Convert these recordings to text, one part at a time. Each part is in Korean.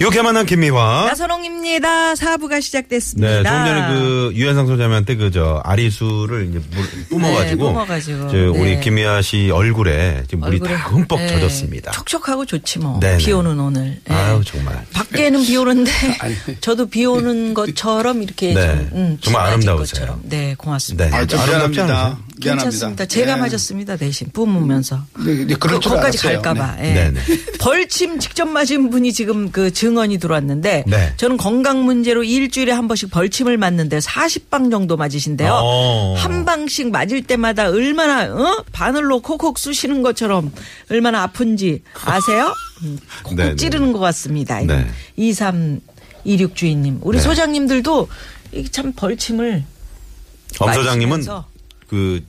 이렇게 만난 김미화. 나선홍입니다. 사부가 시작됐습니다. 어? 네, 조금 전에 그 유현상 소자한테 그저 아리수를 이제 물 뿜어가지고, 네, 뿜어가지고. 저 우리 네. 김미화 씨 얼굴에 지금 물이 얼굴에- 다 흠뻑 네, 젖었습니다. 촉촉하고 좋지 뭐. 네네. 비 오는 오늘. 예. 아유 정말. 밖에는 비 오는데 저도 비 오는 것처럼 이렇게 네. 좀, 음, 정말 쏟아진 아름다우세요. 것처럼. 네, 고맙습니다. 네, 아, 저 아름답지 미안합니다. 예. 않으세요? 괜찮습니다. 제가 맞았습니다. 대신 뿜으면서. 네, 네, 그럴 줄 거기까지 알았어요. 갈까봐. 예. 네네. 벌침 직접 맞은 분이 지금 그 증언이 들어왔는데 네. 저는 건강 문제로 일주일에 한 번씩 벌침을 맞는데 40방 정도 맞으신데요. 어. 한 방씩 맞을 때마다 얼마나 어? 바늘로 콕콕 쑤시는 것처럼 얼마나 아픈지 아세요? 음, 콕콕 네네. 찌르는 것 같습니다. 네. 2326 주인님. 우리 네. 소장님들도 이게 참 벌침을 엄 소장님은 마시면서. 그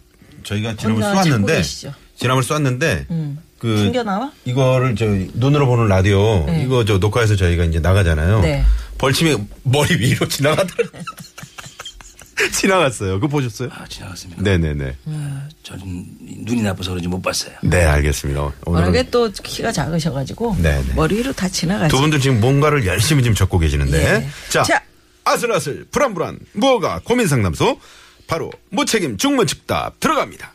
저희가 혼자 지난번 찾고 쏘았는데 계시죠. 지난번 쏘았는데 그 튕겨 나와? 이거를 저 눈으로 보는 라디오 네. 이거 저 녹화해서 저희가 이제 나가잖아요. 네. 벌침이 머리 위로 지나가더라고요. 지나갔어요. 그거 보셨어요? 아, 지나갔습니까? 네네네. 저는 눈이 나빠서 그런지 못 봤어요. 네 알겠습니다. 워낙에 오늘 또 키가 작으셔가지고 네네. 머리 위로 다 지나가죠. 두 분들 지금 뭔가를 열심히 지금 적고 계시는데 예. 자, 자. 아슬아슬 불안불안 뭐가 고민 상담소 바로 무책임 중문 즉답 들어갑니다.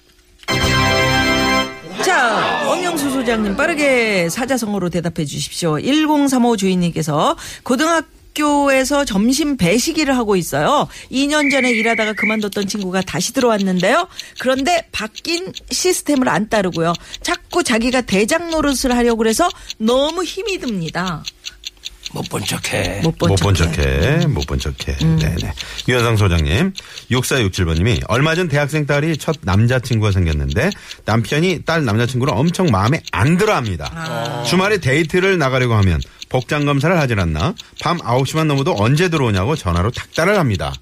자, 엄영수 소장님 빠르게 사자성어로 대답해 주십시오. 1035 주인님께서 고등학교에서 점심 배식일을 하고 있어요. 2년 전에 일하다가 그만뒀던 친구가 다시 들어왔는데요. 그런데 바뀐 시스템을 안 따르고요. 자꾸 자기가 대장 노릇을 하려고 해서 너무 힘이 듭니다. 못 본 척해. 못 본 못 본 척해. 척해, 못 본 척해. 네네. 유현상 소장님, 6467번님이 얼마 전 대학생 딸이 첫 남자친구가 생겼는데 남편이 딸 남자친구를 엄청 마음에 안 들어 합니다. 주말에 데이트를 나가려고 하면 복장 검사를 하질 않나 밤 9시만 넘어도 언제 들어오냐고 전화로 탁달을 합니다.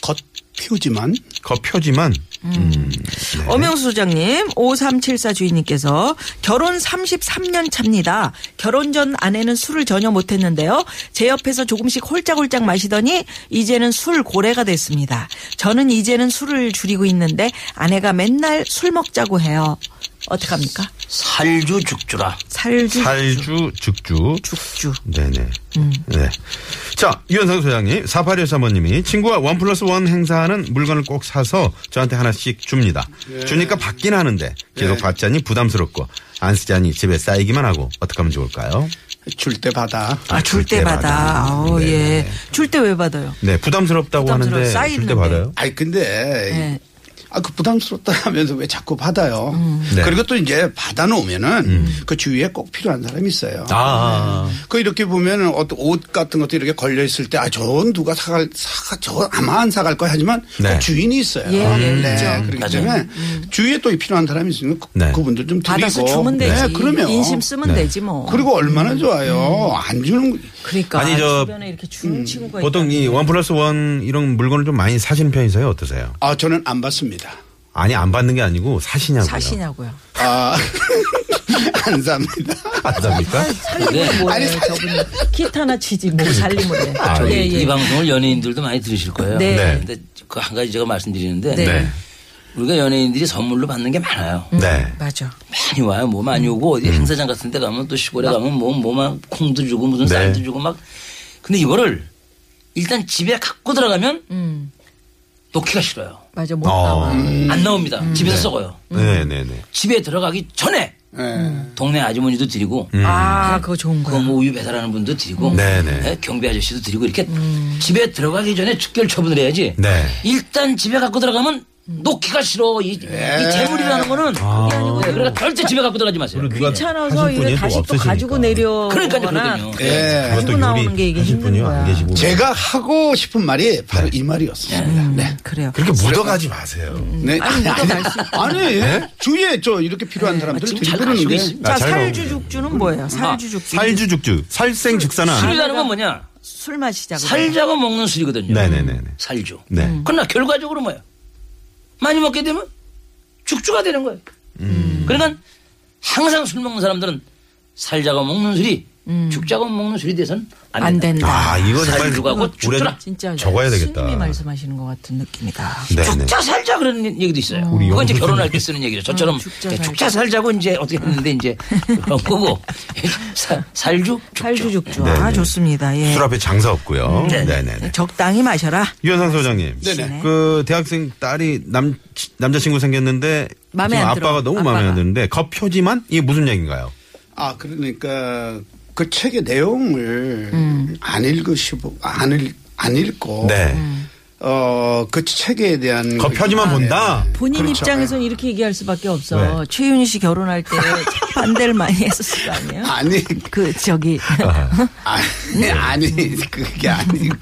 겉표지만 거표지만, 음. 엄영수 소장님, 5374 주인님께서 결혼 33년 차입니다. 결혼 전 아내는 술을 전혀 못했는데요. 제 옆에서 조금씩 홀짝홀짝 마시더니 이제는 술 고래가 됐습니다. 저는 이제는 술을 줄이고 있는데 아내가 맨날 술 먹자고 해요. 어떡합니까? 살주 죽주라. 살주, 살주, 음. 죽주, 죽주. 네네. 네. 자, 유현상 소장님, 4813번님이 친구가 원 플러스 원 행사하는 물건을 꼭 사서 저한테 하나씩 줍니다. 주니까 받긴 하는데 계속 받자니 부담스럽고 안 쓰자니 집에 쌓이기만 하고 어떻게 하면 좋을까요? 줄 때 받아. 아, 줄 때 받아. 아우, 네, 예. 네. 줄 때 왜 받아요? 네, 부담스럽다고 부담스러워, 하는데 줄 쌓이는데. 때 받아요? 아니 근데 네. 아 그 부담스럽다 하면서 왜 자꾸 받아요? 음. 네. 음. 그리고 또 이제 받아놓으면은 그 주위에 꼭 필요한 사람이 있어요. 아, 그 이렇게 보면은 어떤 옷 같은 것도 이렇게 걸려 있을 때 아 저건 누가 사갈 사가 저 아마 안 사갈 거야 하지만 네. 그 주인이 있어요. 예, 예, 네. 그렇기 맞아요. 때문에 주위에 또 필요한 사람이 있으면 그, 네. 분들좀 드리고 받아서 주면 되지. 네, 그러면 인심 쓰면 음. 되지 뭐. 그리고 얼마나 좋아요. 안 주는 거- 그러니까 아니, 저- 주변에 이렇게 주는 음. 친구가 보통 이 원 플러스 원 이런 물건을 좀 많이 사시는 편이세요? 어떠세요? 아 저는 안 받습니다. 아니, 안 받는 게 아니고 사시냐고요. 사시냐고요. 아, 안 삽니다. 안 삽니까? 네. 네. 살림을 뭐해 저분이 킷 하나 치지 뭐 그러니까. 살림을 해. 아, 저기 예, 예. 이 방송을 연예인들도 많이 들으실 거예요. 네. 네. 근데 그 한 가지 제가 말씀드리는데 네. 네. 우리가 연예인들이 선물로 받는 게 많아요. 네. 맞아. 많이 와요. 뭐 많이 오고 음. 어디 행사장 같은 데 가면 또 시골에 가면 뭐 뭐만 콩도 주고 무슨 네. 쌀도 주고 막 근데 이거를 일단 집에 갖고 들어가면 음. 놓기가 싫어요. 맞아 못 어. 나와. 안 나옵니다. 음. 네. 집에서 썩어요. 네네네. 집에 들어가기 전에 음. 동네 아주머니도 드리고 음. 아 그거 좋은 그거 거야. 뭐 우유 배달하는 분도 드리고 네네. 예, 경비 음. 아저씨도 드리고 이렇게 집에 들어가기 전에 축결 처분을 해야지 네. 일단 집에 갖고 들어가면 놓기가 싫어. 이, 이 재물이라는 거는 아. 네, 예. 그러니까 절대 집에 갖고 들어가지 마세요. 누가 귀찮아서 하실 분이 이거 또 다시 또 없으시니까. 가지고 네. 내려. 그러니까요, 그러거든요. 예. 그것도 가지고 나오는 게 이게 하실 힘든 분이 안 거야. 계시고 제가 하고 싶은 말이 바로 이 말이었습니다. 네. 그래요. 그렇게 묻어가지 마세요. 네. 아니, 아니, 예. 주위에 저 이렇게 필요한 사람들 지금 잘 들르는 가시고 게 있습니다. 자, 아, 잘 나오네. 살주죽주는 뭐예요? 살주죽주. 살주죽주 살생죽사는 안 해요. 술이라는 건 뭐냐? 술 마시자고. 살자고 먹는 술이거든요. 네네네네. 살주. 네. 음. 그러나 결과적으로 뭐예요? 많이 먹게 되면 죽주가 되는 거예요. 음. 그러니까 항상 술 먹는 사람들은 살자고 먹는 술이 죽자고 먹는 술이 돼선 음. 안, 안 된다. 된다. 아 이거 정말 살주가고 죽주라. 진짜 적어야 되겠다. 스님이 말씀하시는 것 같은 느낌이다. 네네. 음. 죽자 살자 그런 얘기도 있어요. 우리 음, 그건 이제 영국인데. 결혼할 때 쓰는 얘기죠. 저처럼 죽자 예, 살자. 죽자 살자고 이제 어떻게 했는데 이제 그런 거고 뭐. 살- 살주 죽주. 살주죽주. 네, 아 네. 좋습니다. 예. 술 앞에 장사 없고요. 네. 네네네. 적당히 마셔라. 유현상 소장님. 네네. 그 대학생 딸이 남 치- 남자친구 생겼는데 마음에 지금 안 들어. 아빠가 너무 마음에 아빠가. 안 드는데 겉표지만 이게 무슨 얘기인가요? 아, 그러니까 그 책의 내용을 안 읽으시고 안, 읽, 안 읽고 네. 어, 그 책에 대한 겉표지만 그- 본다. 본인 그렇죠. 입장에서는 이렇게 얘기할 수밖에 없어. 왜? 최윤희 씨 결혼할 때 참 반대를 많이 했었을 거 아니에요? 아니, 그 저기 아. 아니, 아니, 그게 아니고.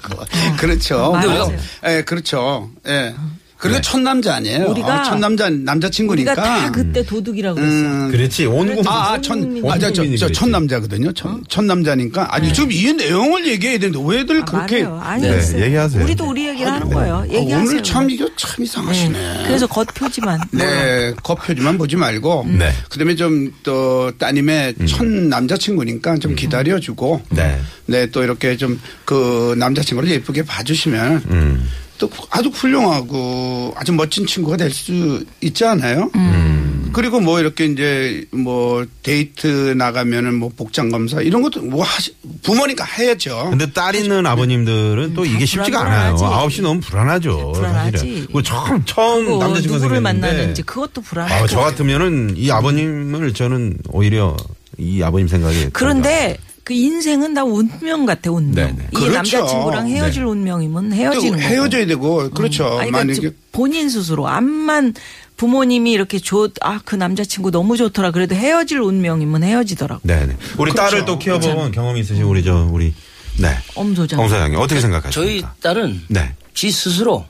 그렇죠. 네. 어. 맞아요. 뭐, 예, 그렇죠. 예. 그리고 첫 남자 아니에요. 우리가- 아, 첫 남자, 우리가 남자친구니까. 다 그때 도둑이라고 그랬어. 음, 그렇지. 온 공부. 아, 아, 천, 아, 저, 저, 저, 첫 남자거든요. 첫, 어? 첫 남자니까. 아니, 좀 이 내용을 얘기해야 되는데, 왜들 네. 아, 그렇게. 말해요. 아니, 네, 글쎄요. 얘기하세요. 우리도 우리 얘기를 하는 거예요. 아, 얘기하세요. 오늘 참, 이거 참 이상하시네. 네. 그래서 겉표지만. 네, 겉표지만 보지 말고. 네. 음. 그다음에 좀 또 따님의 첫 남자친구니까 좀 기다려주고. 네. 네, 또 이렇게 좀 그 남자친구를 예쁘게 봐주시면 음. 또 아주 훌륭하고 아주 멋진 친구가 될 수 있지 않아요? 음. 그리고 뭐 이렇게 이제 뭐 데이트 나가면은 뭐 복장 검사 이런 것도 뭐 하시 부모니까 해야죠. 근데 딸 있는 아버님들은 또 이게 쉽지가 않아요. 불안불안하지. 네, 9시 너무 불안하죠. 불안하지. 사실은. 그 처음, 처음 그리고 남자친구 누구를 생겼는데. 만나는지 그것도 불안하고. 아, 저 같으면은 이 아버님을 저는 오히려 이 아버님 생각에. 그런데 그 인생은 다 운명 같아 운명. 네, 네. 이 그렇죠. 남자친구랑 헤어질 운명이면 헤어지는 또 거고. 헤어져야 되고 그렇죠. 아니, 그러니까 만약에 본인 스스로 암만 부모님이 이렇게 좋아그 남자친구 너무 좋더라 그래도 헤어질 운명이면 헤어지더라고. 네네. 우리 그렇죠. 딸을 또 키워본 경험이 있으신 우리 저, 우리. 네. 엄 소장. 엄 소장님, 어떻게 저희 생각하십니까? 딸은 네. 음. 지 스스로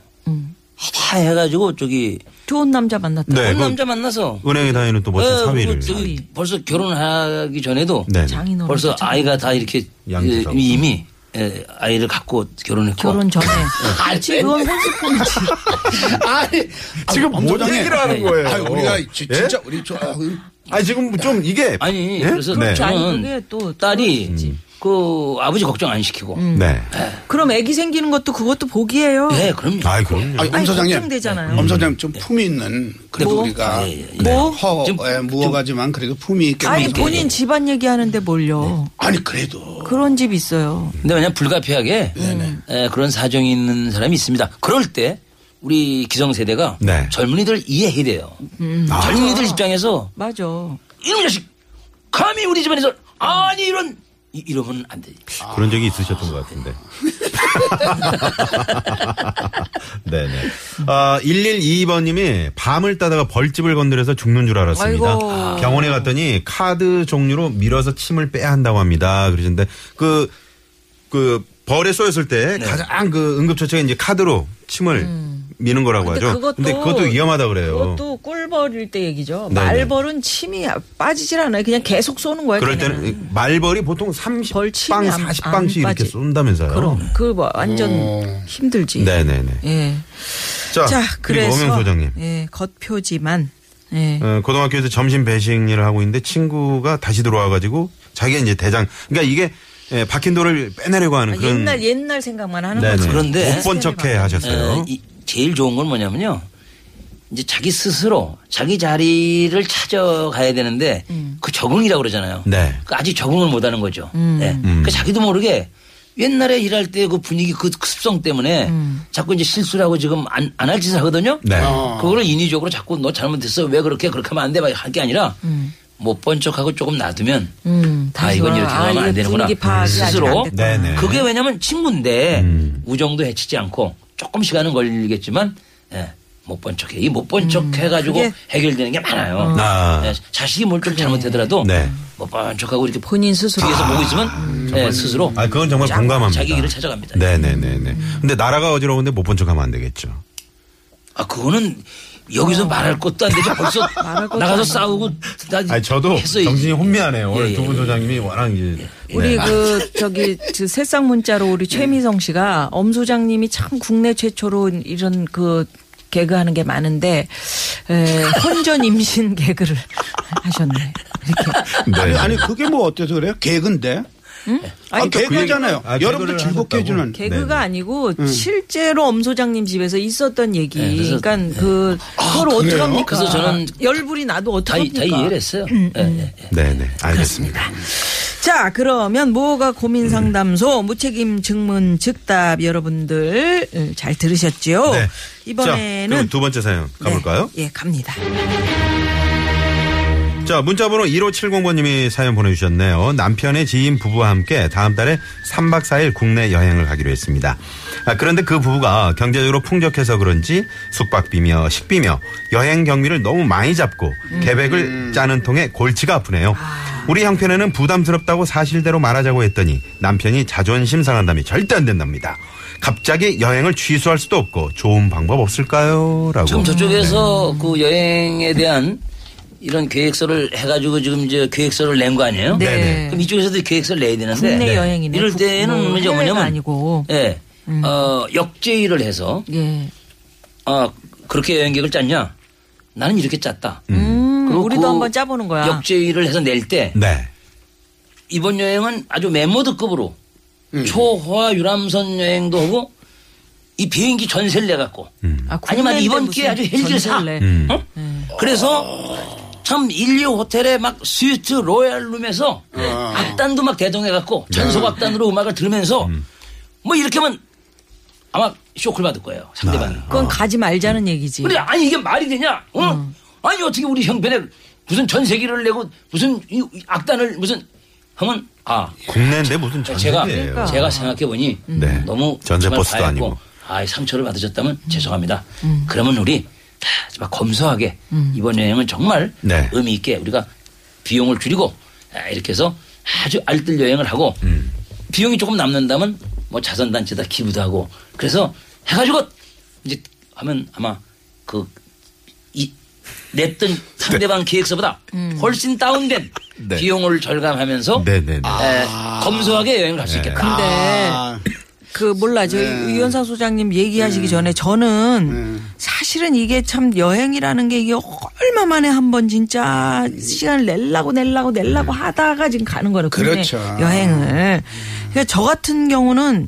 다 해가지고 저기 좋은 남자 만났다. 네, 한 그건 남자 만나서 은행에 다니는 또 멋진 어, 사위를. 그리고 저기 벌써 결혼하기 전에도 네. 장인어른. 벌써 아이가 다 이렇게 양육하고. 예, 이미 예, 아이를 갖고 결혼했고 결혼 전에. 아, 알지? 그건 혼수폰이지. 아니 지금 뭔 엄정해. 네. 얘기를 하는 거예요? 네. 아유, 우리가 지- 예? 진짜 우리 저 아, 아, 지금 좀 이게. 아니 예? 그래서 네. 아니, 그렇죠. 저는 그게 또 음. 딸이 그 아버지 걱정 안 시키고 네. 그럼 아기 생기는 것도 그것도 복이에요. 네 그럼요 아이, 그럼요. 아니, 엄 아니, 소장님, 네. 걱정되잖아요. 엄 소장님 좀 품이 있는 그래도 뭐? 우리가 예, 예, 예. 뭐? 허 좀- 예, 무어가지만 그래도 품이 있게 아니 만들고. 본인 집안 얘기하는데 네. 뭘요? 아니 그래도 그런 집 있어요. 근데 왜냐 면 불가피하게 예, 그런 사정이 있는 사람이 있습니다 그럴 때 우리 기성세대가 네. 젊은이들 이해해야 돼요 젊은이들 입장에서 맞아. 이런 자식 감히 우리 집안에서 아니 이런 이- 이러면 안 되지 아. 그런 적이 있으셨던 것 같은데. 네네. 아, 112번님이 밤을 따다가 벌집을 건드려서 죽는 줄 알았습니다. 아이고. 병원에 갔더니 카드 종류로 밀어서 침을 빼야 한다고 합니다. 그러시는데 그, 그 벌에 쏘였을 때 가장 그 응급처치가 이제 카드로 침을 미는 거라고 하죠. 근데 그것도 위험하다 그래요. 음. 그것도 꿀벌일 때 얘기죠. 네. 네네. 말벌은 침이 빠지질 않아요. 그냥 계속 쏘는 거예요. 그럴 그냥. 때는 네. 말벌이 보통 벌 30방, 치면 안- 40방씩 안 이렇게 빠지. 쏜다면서요. 그럼 그뭐 완전 힘들지. 음. 네네네. 예. 자, 자, 그리고 그래서 엄영 소장님. 예, 겉표지만 예. 어, 고등학교에서 점심 배식 일을 하고 있는데 친구가 다시 들어와가지고 자기가 이제 대장. 그러니까 이게 예, 박힌 돌을 빼내려고 하는 아, 그런. 옛날 옛날 생각만 하는 네네. 거죠. 그런데 못 본 척해 하셨어요. 에, 네. 이- 제일 좋은 건 뭐냐면요. 이제 자기 스스로 자기 자리를 찾아가야 되는데 음. 그 적응이라고 그러잖아요. 네. 음. 그 아직 적응을 못 하는 거죠. 음. 네. 그 자기도 모르게 옛날에 일할 때 그 분위기 그 습성 때문에 음. 자꾸 이제 실수를 하고 지금 안, 안 할 짓을 하거든요. 네. 그거를 인위적으로 자꾸 너 잘못했어. 왜 그렇게 그렇게 하면 안 돼. 할 게 아니라 못 본 척하고 조금 놔두면 음, 아 다시 이건 와. 이렇게 하면 이게 안 되는구나. 분위기 파악이 아직 안 스스로 됐다. 음. 네네. 음. 그게 왜냐면 친구인데 우정도 해치지 않고 조금 시간은 걸리겠지만 예, 못 본 척해. 이 못 본 척 해가지고 음, 그게- 음. 해결되는 게 많아요. 아. 네, 자식이 뭘 좀 잘못되더라도 네. 못 본 척하고 이렇게 본인 스스로. 뒤에서 보고 있으면 네, 스스로 아, 그건 정말 자- 공감합니다. 자기 길을 찾아갑니다. 네네네네. 근데 나라가 어지러운데 못 본 척하면 안 되겠죠. 아 그거는 여기서 말할 것도 안 되지 벌써 어. 것도 나가서 싸우고 나 아니 저도 했어요. 정신이 혼미하네요. 오늘 예, 예, 두 분 예. 소장님이 워낙 이제 우리 네. 그 저기 그 새싹 문자로 우리 네. 최미성 씨가 엄 소장님이 참 국내 최초로 이런 그 개그하는 게 많은데 에, 혼전 임신 개그를 하셨네. 이렇게. 네. 아니, 아니 그게 뭐 어때서 그래요? 개그인데. 아, 아니, 개그잖아요. 아, 개그를 여러분들 즐겁게 하셨다고. 해주는. 개그가 아니고 실제로 엄 소장님 집에서 있었던 얘기. 음. 네, 그래서- 그러니까 그 그걸 그래요? 어떡 합니까? 그래서 저는 열불이 나도 어떡 다, 이- 합니까? 다 그러니까. 이해를 했어요. 음, 예, 예. 네네 알겠습니다. 자, 그러면 뭐가 음. 고민 상담소 무책임 증문 즉답 여러분들 음, 잘 들으셨죠? 네. 자, 이번에는 그럼 두 번째 사연 가볼까요? 네, 예, 갑니다. 자, 문자번호 1570번님이 사연 보내주셨네요. 남편의 지인 부부와 함께 다음 달에 3박 4일 국내 여행을 가기로 했습니다. 아, 그런데 그 부부가 경제적으로 풍족해서 그런지 숙박비며 식비며 여행 경비를 너무 많이 잡고 계획을 짜는 통에 골치가 아프네요. 우리 형편에는 부담스럽다고 사실대로 말하자고 했더니 남편이 자존심 상한다며 절대 안 된답니다. 갑자기 여행을 취소할 수도 없고 좋은 방법 없을까요? 라고. 지금 저쪽에서 그 여행에 대한 이런 계획서를 해가지고 지금 이제 계획서를 낸 거 아니에요? 네. 네네. 그럼 이쪽에서도 계획서를 내야 되는데 국내 여행이네. 이럴 국- 때는 뭐 이제 해외가 뭐냐면 아니고. 음. 예, 어, 역제의를 해서 예. 아 그렇게 여행 계획을 짰냐? 나는 이렇게 짰다. 음, 그리고 우리도 그 한번 짜보는 거야. 역제의를 해서 낼 때 음. 네. 이번 여행은 아주 메모드급으로 음. 초호화 유람선 여행도 하고 이 비행기 전세를 내갖고 아, 아니면 국내인데 이번 기회에 아주 무슨 헬기를 사. 전세를 내. 네. 음. 어? 그래서 참 인류 호텔에 막 스위트 로얄룸에서 악단도 막 대동해갖고 전속 악단으로 음악을 들으면서 뭐 이렇게 하면 아마 쇼크를 받을 거예요 상대방이. 그건 가지 말자는 얘기지. 근데 아니 이게 말이 되냐? 어? 음. 아니 어떻게 우리 형편에 무슨 전세기를 내고 무슨 이 악단을 무슨 하면 아 국내인데 무슨 제가 그러니까. 전세계예요. 제가 생각해 보니 네. 너무 전세 정말 버스도 과했고, 아니고. 음. 아이 상처를 받으셨다면 죄송합니다. 그러면 우리 다 정말 검소하게 이번 여행은 정말 음. 네. 의미 있게 우리가 비용을 줄이고 아, 이렇게 해서 아주 알뜰 여행을 하고 음. 비용이 조금 남는다면 뭐 자선 단체다 기부도 하고 그래서 해가지고 이제 하면 아마 그 이 냈던 상대방 기획서보다 훨씬 다운된 음. 네. 비용을 절감하면서 네네네. 아, 에, 예, 검소하게 여행을 갈 수 있겠다. 근데 아, 그 몰라 네. 저 유현상 소장님 얘기하시기 전에 저는 사실은 이게 참 여행이라는 게 이게 얼마 만에 한 번 진짜 시간을 낼라고 낼라고 낼라고 네. 하다가 지금 가는 거예요. 국내 그렇죠. 여행을. 그러니까 저 같은 경우는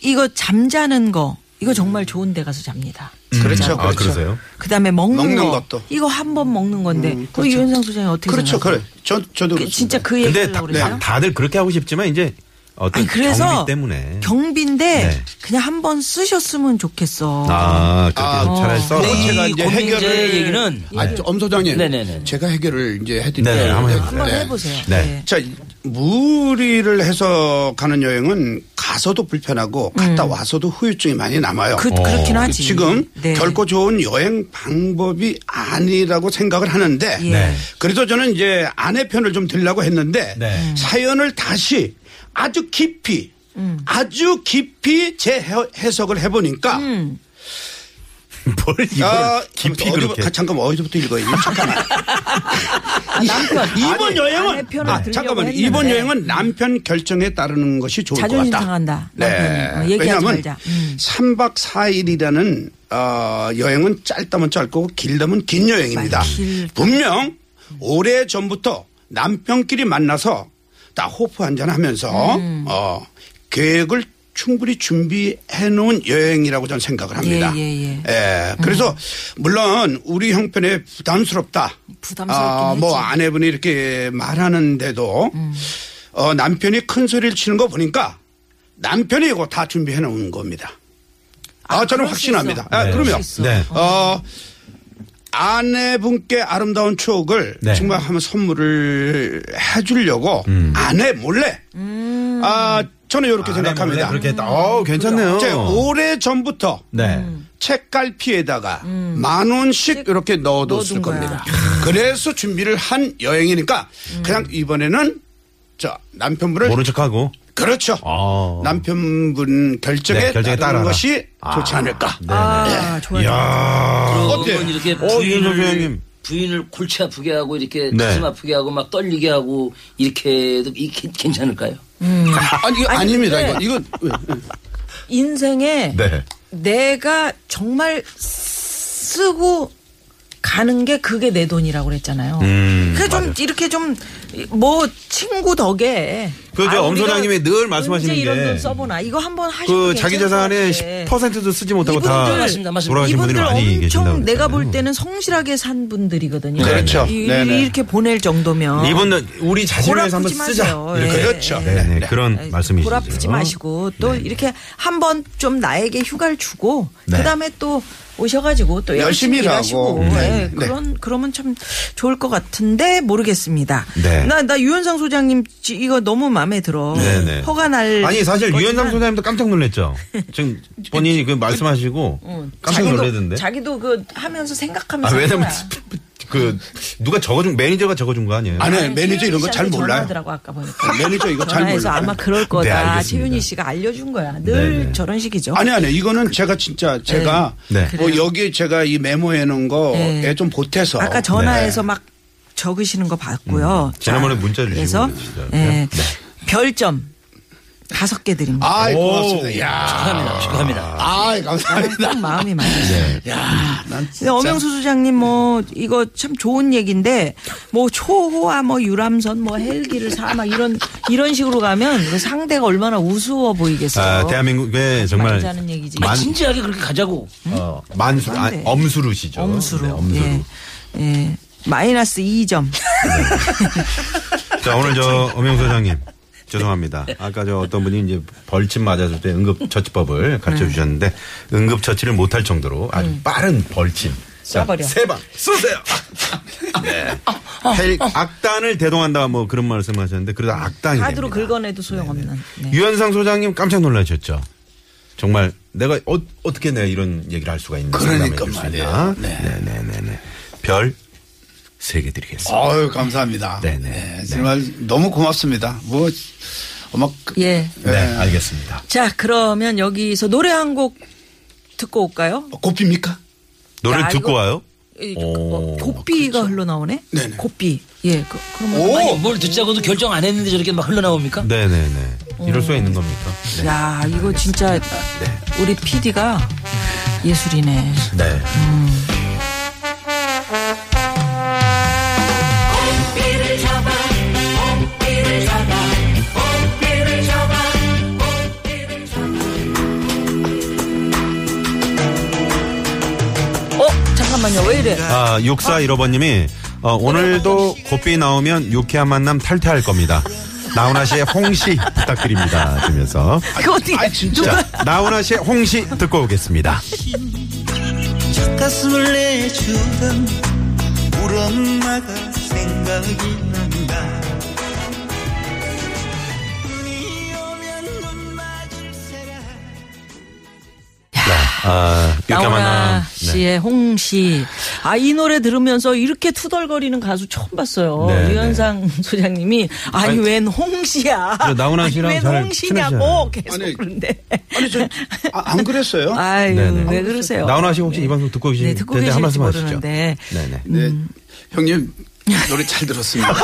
이거 잠자는 거 이거 정말 좋은 데 가서 잡니다. 그렇죠. 아, 그렇죠. 그러세요? 그다음에 먹는, 먹는 거 것도. 음, 이거 한 번 먹는 건데 우리 유현상 소장님 어떻게 그렇죠. 생각하세요? 그래. 네. 저, 저도. 그 진짜 그렇습니다. 그 근데 얘기를 다, 하려고 그래요. 들 그렇게 하고 싶지만 이제 어떤 아니 그래서 경비 때문에 인데 네. 그냥 한 번 쓰셨으면 좋겠어. 아 그렇게 아, 해서 차라리 써 네. 제가 이 이제 고민제 해결을 얘기는 예. 아, 저, 엄 소장님. 네네네. 제가 해결을 이제 해드릴게요. 네네, 한번 해보세요. 한번 네. 해보세요. 네. 자, 무리를 해서 가는 여행은 가서도 불편하고 갔다 와서도 후유증이 많이 남아요. 음. 그, 그렇긴 어. 하지. 지금 네. 결코 좋은 여행 방법이 아니라고 생각을 하는데 예. 네. 그래서 저는 이제 아내 편을 좀 들려고 했는데 네. 음. 사연을 다시 아주 깊이 음. 아주 깊이 재해석을 해보니까 음. 뭘 이걸 아, 깊이 어디, 그렇게 가- 잠깐만 어디서부터 읽어요? 잠깐만. 이번 아, 아내 여행은 편을 들으려고 잠깐만 했는데. 이번 여행은 남편 결정에 따르는 것이 좋을 것 자존심 같다. 상한다, 네. 남편이. 어, 얘기하지 왜냐하면 말자. 음. 3박 4일이라는 어, 여행은 짧다면 짧고 길다면 긴 여행입니다. 맞아, 길다. 분명 오래 전부터 남편끼리 만나서 다 호프 한잔 하면서 음. 어, 계획을 충분히 준비해 놓은 여행이라고 저는 생각을 합니다. 예, 예, 예, 그래서 물론 우리 형편에 부담스럽다. 부담스럽긴 아, 뭐 하지. 아내분이 이렇게 말하는데도 어, 남편이 큰 소리를 치는 거 보니까 남편이 이거 다 준비해 놓은 겁니다. 아, 저는 그럴 수 확신합니다. 있어. 아, 네. 그럼요. 할수 있어. 네. 어, 아내분께 아름다운 추억을 네. 정말 한번 선물을 해주려고 아내 몰래. 음. 아, 저는 음. 이렇게 아, 네, 생각합니다. 그렇게 했다. 어 괜찮네요. 오래 전부터 네. 책갈피에다가 만 원씩 이렇게 넣어뒀을 음. 넣어둔 거야. 겁니다. 그래서 준비를 한 여행이니까 음. 그냥 이번에는 저 남편분을 모른 척하고. 그렇죠. 아. 남편분 결정에, 네, 결정에 따르는 따라라. 네. 것이 좋지 않을까. 네. 아, 좋아요. 이야. 그러면 어때요? 이렇게 어, 윤석 부인을 의원님. 부인을 골치 아프게 하고 이렇게 네. 가슴 아프게 하고 막 떨리게 하고 이렇게 해도 이게 괜찮을까요? 아니, 이거 아니, 아닙니다. 근데- 이거, 이거 왜? 인생에 네. 내가 정말 쓰고 가는 게 그게 내 돈이라고 그랬잖아요. 음, 그래 좀 이렇게 좀 뭐 친구 덕에 그저 아, 엄 우리가 소장님이 늘 말씀하시는 언제 이런 게 돈 써보나 이거 한번 그 하시면 자기 재산의 10%도 쓰지 못하고 다 이분들- 맞습니다, 맞습니다. 돌아가신 분들이 이분들 많이 계신다고 엄청 그랬잖아요. 내가 네, 볼 때는 성실하게 산 분들이거든요. 그렇죠. 이, 네네. 이렇게 보낼 정도면 이분은 우리 자신을 위해서 한번 고라프지 쓰자. 마세요. 이렇게. 예. 그렇죠. 네, 네, 그런 아이, 말씀이시죠. 골아프지 마시고 또 이렇게 한번 좀 나에게 휴가를 주고 네. 그다음에 또 오셔가지고 또 열심히, 열심히 일하시고 일하고. 예, 네. 그런 그러면 참 좋을 것 같은데 모르겠습니다. 네. 나 나 유현상 소장님 지- 이거 너무 마음에 들어. 네, 네. 허가 날 아니 사실 거지만 유현상 소장님도 깜짝 놀랐죠. 지금 본인이 그 말씀하시고 깜짝 어, 자기도- 놀라던데. 자기도 그 하면서 아 생각하면서 왜냐면 한 거야. 그 누가 적어준 매니저가 적어준 거 아니에요? 아니, 아니, 네, 매니저 이런 거 잘 최윤희 씨한테 몰라요. 전화하더라고, 아까 보니까. 매니저 이거 잘 전화해서 몰라요. 아마 그럴 네, 거다. 알겠습니다. 최윤희 씨가 알려준 거야. 늘 네, 네. 저런 식이죠. 아니 아니 이거는 제가 진짜 제가 네. 뭐 여기에 제가 이 메모해 놓은 거에 네. 좀 보태서 네. 아까 전화해서 막 적으시는 거 봤고요. 네. 음. 지난번에 자, 문자 주시고 그래서 그러시잖아요. 예, 별점 다섯 개 드립니다. 아이 오. 고맙습니다. 야. 축하합니다. 축하합니다. 아이 나는 감사합니다. 꼭 마음이 많이. 네. 야. 난 근데 엄영수 소장님 뭐 이거 참 좋은 얘기인데 뭐 초호화 뭐 유람선 뭐 헬기를 사 막 이런 이런 식으로 가면 그 상대가 얼마나 우스워 보이겠어요. 아, 대한민국에 정말 많이 자는 얘기지. 아, 만 진지하게 그렇게 가자고. 어, 만수 아, 안 돼. 엄수루시죠. 엄수로. 네, 엄수루. 예. 예. 마이너스 2점. 자 오늘 저 엄영 소장님 죄송합니다. 아까 저 어떤 분이 이제 벌침 맞았을 때 응급처치법을 가르쳐 네. 주셨는데 응급처치를 못할 정도로 아주 음. 빠른 벌침. 쏴버려. 아, 어, 세방 쏘세요. 네. 헬- 악단을 대동한다 뭐 그런 말씀하셨는데 그러다 악단이 카드로 네, 됩니다. 긁어내도 소용없는. 네. 유현상 소장님 깜짝 놀라셨죠. 정말 내가 어, 떻게 내가 이런 얘기를 할 수가 있는지 그러니까 말이에요. 네. 네네네네. 별 세 개 드리겠습니다. 아유 감사합니다. 그렇죠. 네네. 네, 정말 너무 고맙습니다. 뭐 그, 어머 예. 네, 알겠습니다. 자, 그러면 여기서 노래 한 곡 듣고 올까요? 고핍니까? 노래 야, 듣고 이거- 와요? 이- 오. 그렇죠. 어, 곱비가 흘러나오네? 네네. 곱비. 예, 그, 그러면. 오. 아니 뭘 듣자고도 결정 안 했는데 저렇게 막 흘러나옵니까? 네네네. 이럴 수가 있는 겁니까? 네. 야, 이거 진짜 우리 PD가 예술이네. 네. 어, 잠깐만요. 왜 이래? 아, 육사 1호번님이 어, 오늘도 고삐 나오면 유쾌한 만남 탈퇴할 겁니다. 나훈아 씨의 홍시 부탁드립니다. 하면서. 그거 어떻게. 아 진짜 자, 나훈아 씨의 홍시 듣고 오겠습니다. 저 가슴을 내주던 우리 엄마가 생각이 난다 눈이 오면 눈 맞을 새라 아, 유쾌한 만남. 나훈아 네. 씨의 홍씨. 아, 이 노래 들으면서 이렇게 투덜거리는 가수 처음 봤어요. 네, 유현상 소장님이 아니, 아니, 웬 홍씨야. 저 나훈아 아니, 씨랑 웬 잘 친하시잖아요. 홍씨냐고 계속 아니, 그런데. 아니 저안 그랬어요. 아유, 네, 네. 왜 그러세요? 나훈아 씨 혹시 네. 이 방송 듣고 계신 네, 듣고 텐데 한 계실지 말씀 하시죠. 모르는데. 네네. 네. 형님 노래 잘 들었습니다.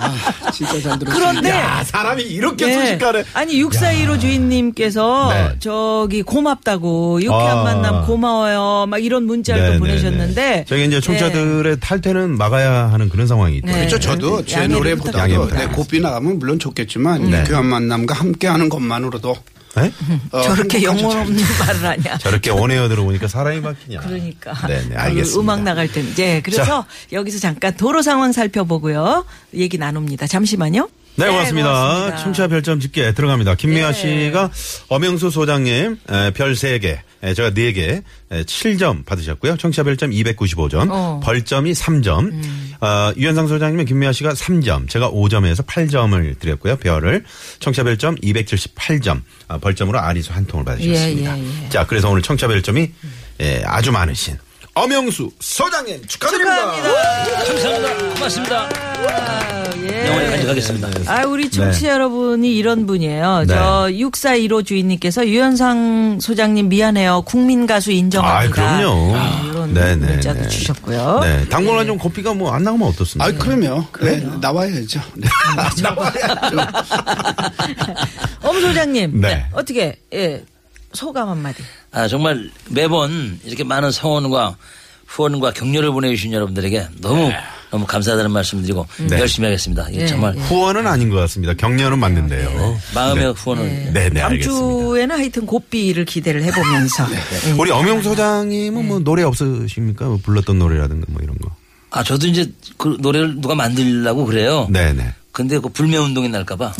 아, 진짜 잘 들었습니다. 그런데 사람이 이렇게 예. 아니 6415 주인님께서 네. 저기 고맙다고 유쾌한 아. 네, 만남 고마워요 막 이런 문자를 또 보내셨는데 저희 이제 네. 청자들의 탈퇴는 막아야 하는 그런 상황이 있거든요. 네. 그렇죠. 저도 제 양해를 노래보다도 부탁드립니다. 내 고삐 나가면 물론 좋겠지만 네. 유쾌한 만남과 함께하는 것만으로도 네? 어, 저렇게 행복하죠. 영혼 없는 말을 하냐 저렇게 원웨어 들어보니까 사람이 막히냐. 그러니까 네네, 알겠습니다. 음악 나갈 때는 예 그래서 여기서 잠깐 도로 상황 살펴보고요 얘기 나눕니다 잠시만요 네, 네, 고맙습니다. 예. 고맙습니다. 청취자 별점 집계 들어갑니다. 김미아 네. 씨가 엄영수 소장님 에, 별 3개, 예, 제가 4개 7점 받으셨고요. 청취자 별점 295점, 어. 벌점이 3점. 어, 유현상 소장님은 김미아 씨가 3점, 제가 5점에서 8점을 드렸고요. 별을 청취자 별점 278점, 아, 벌점으로 아리수 한 통을 받으셨습니다. 예, 예, 예. 자, 그래서 오늘 청취자 별점이 예, 아주 많으신 엄영수 소장님 축하드립니다. 감사합니다. 고맙습니다. 와우, 예. 영원히 간직하겠습니다. 아, 우리 청취자 여러분이 이런 분이에요. 네. 저 6415 주인님께서 유현상 소장님 미안해요. 국민 가수 인정합니다. 아, 그럼요. 네, 이런 네네, 문자도 네. 주셨고요. 네, 당분간 좀 고삐가 뭐 안 나오면 어떻습니까? 아, 그럼요. 네, 나와야죠. 네. 엄 소장님. 네. 어떻게 예. 소감 한마디. 아, 정말 매번 이렇게 많은 성원과 후원과 격려를 보내주신 여러분들에게 너무 너무 감사하다는 말씀드리고 열심히 하겠습니다. 이게 정말 예. 후원은 아닌 것 같습니다. 격려는 아, 맞는데요. 마음의 후원을 네, 네, 네, 다음 알겠습니다. 네, 주에는 하여튼 고삐를 기대를 해보면서 예. 우리 엄영 소장님은 네. 뭐 노래 없으십니까? 뭐 불렀던 노래라든가 뭐 이런 거. 아 저도 이제 그 노래를 누가 만들려고 그래요. 어. 네네. 근데 그 불매 운동이 날까봐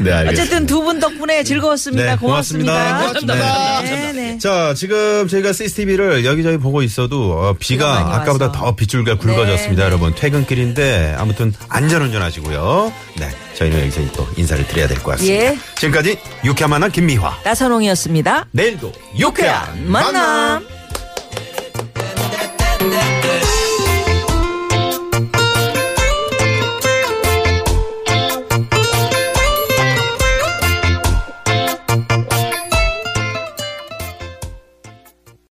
네, 어쨌든 두 분 덕분에 즐거웠습니다. 네, 고맙습니다. 고맙습니다. 네, 네. 자, 지금 저희가 CCTV를 여기저기 보고 있어도 어, 비가 많이 비가 아까보다 와서. 네, 더 빗줄기가 굵어졌습니다, 여러분. 퇴근길인데 아무튼 안전운전 하시고요. 네, 저희는 여기서 또 인사를 드려야 될 것 같습니다. 예. 지금까지 유쾌한 만남 김미화. 나선홍이었습니다. 내일도 유쾌한 만남.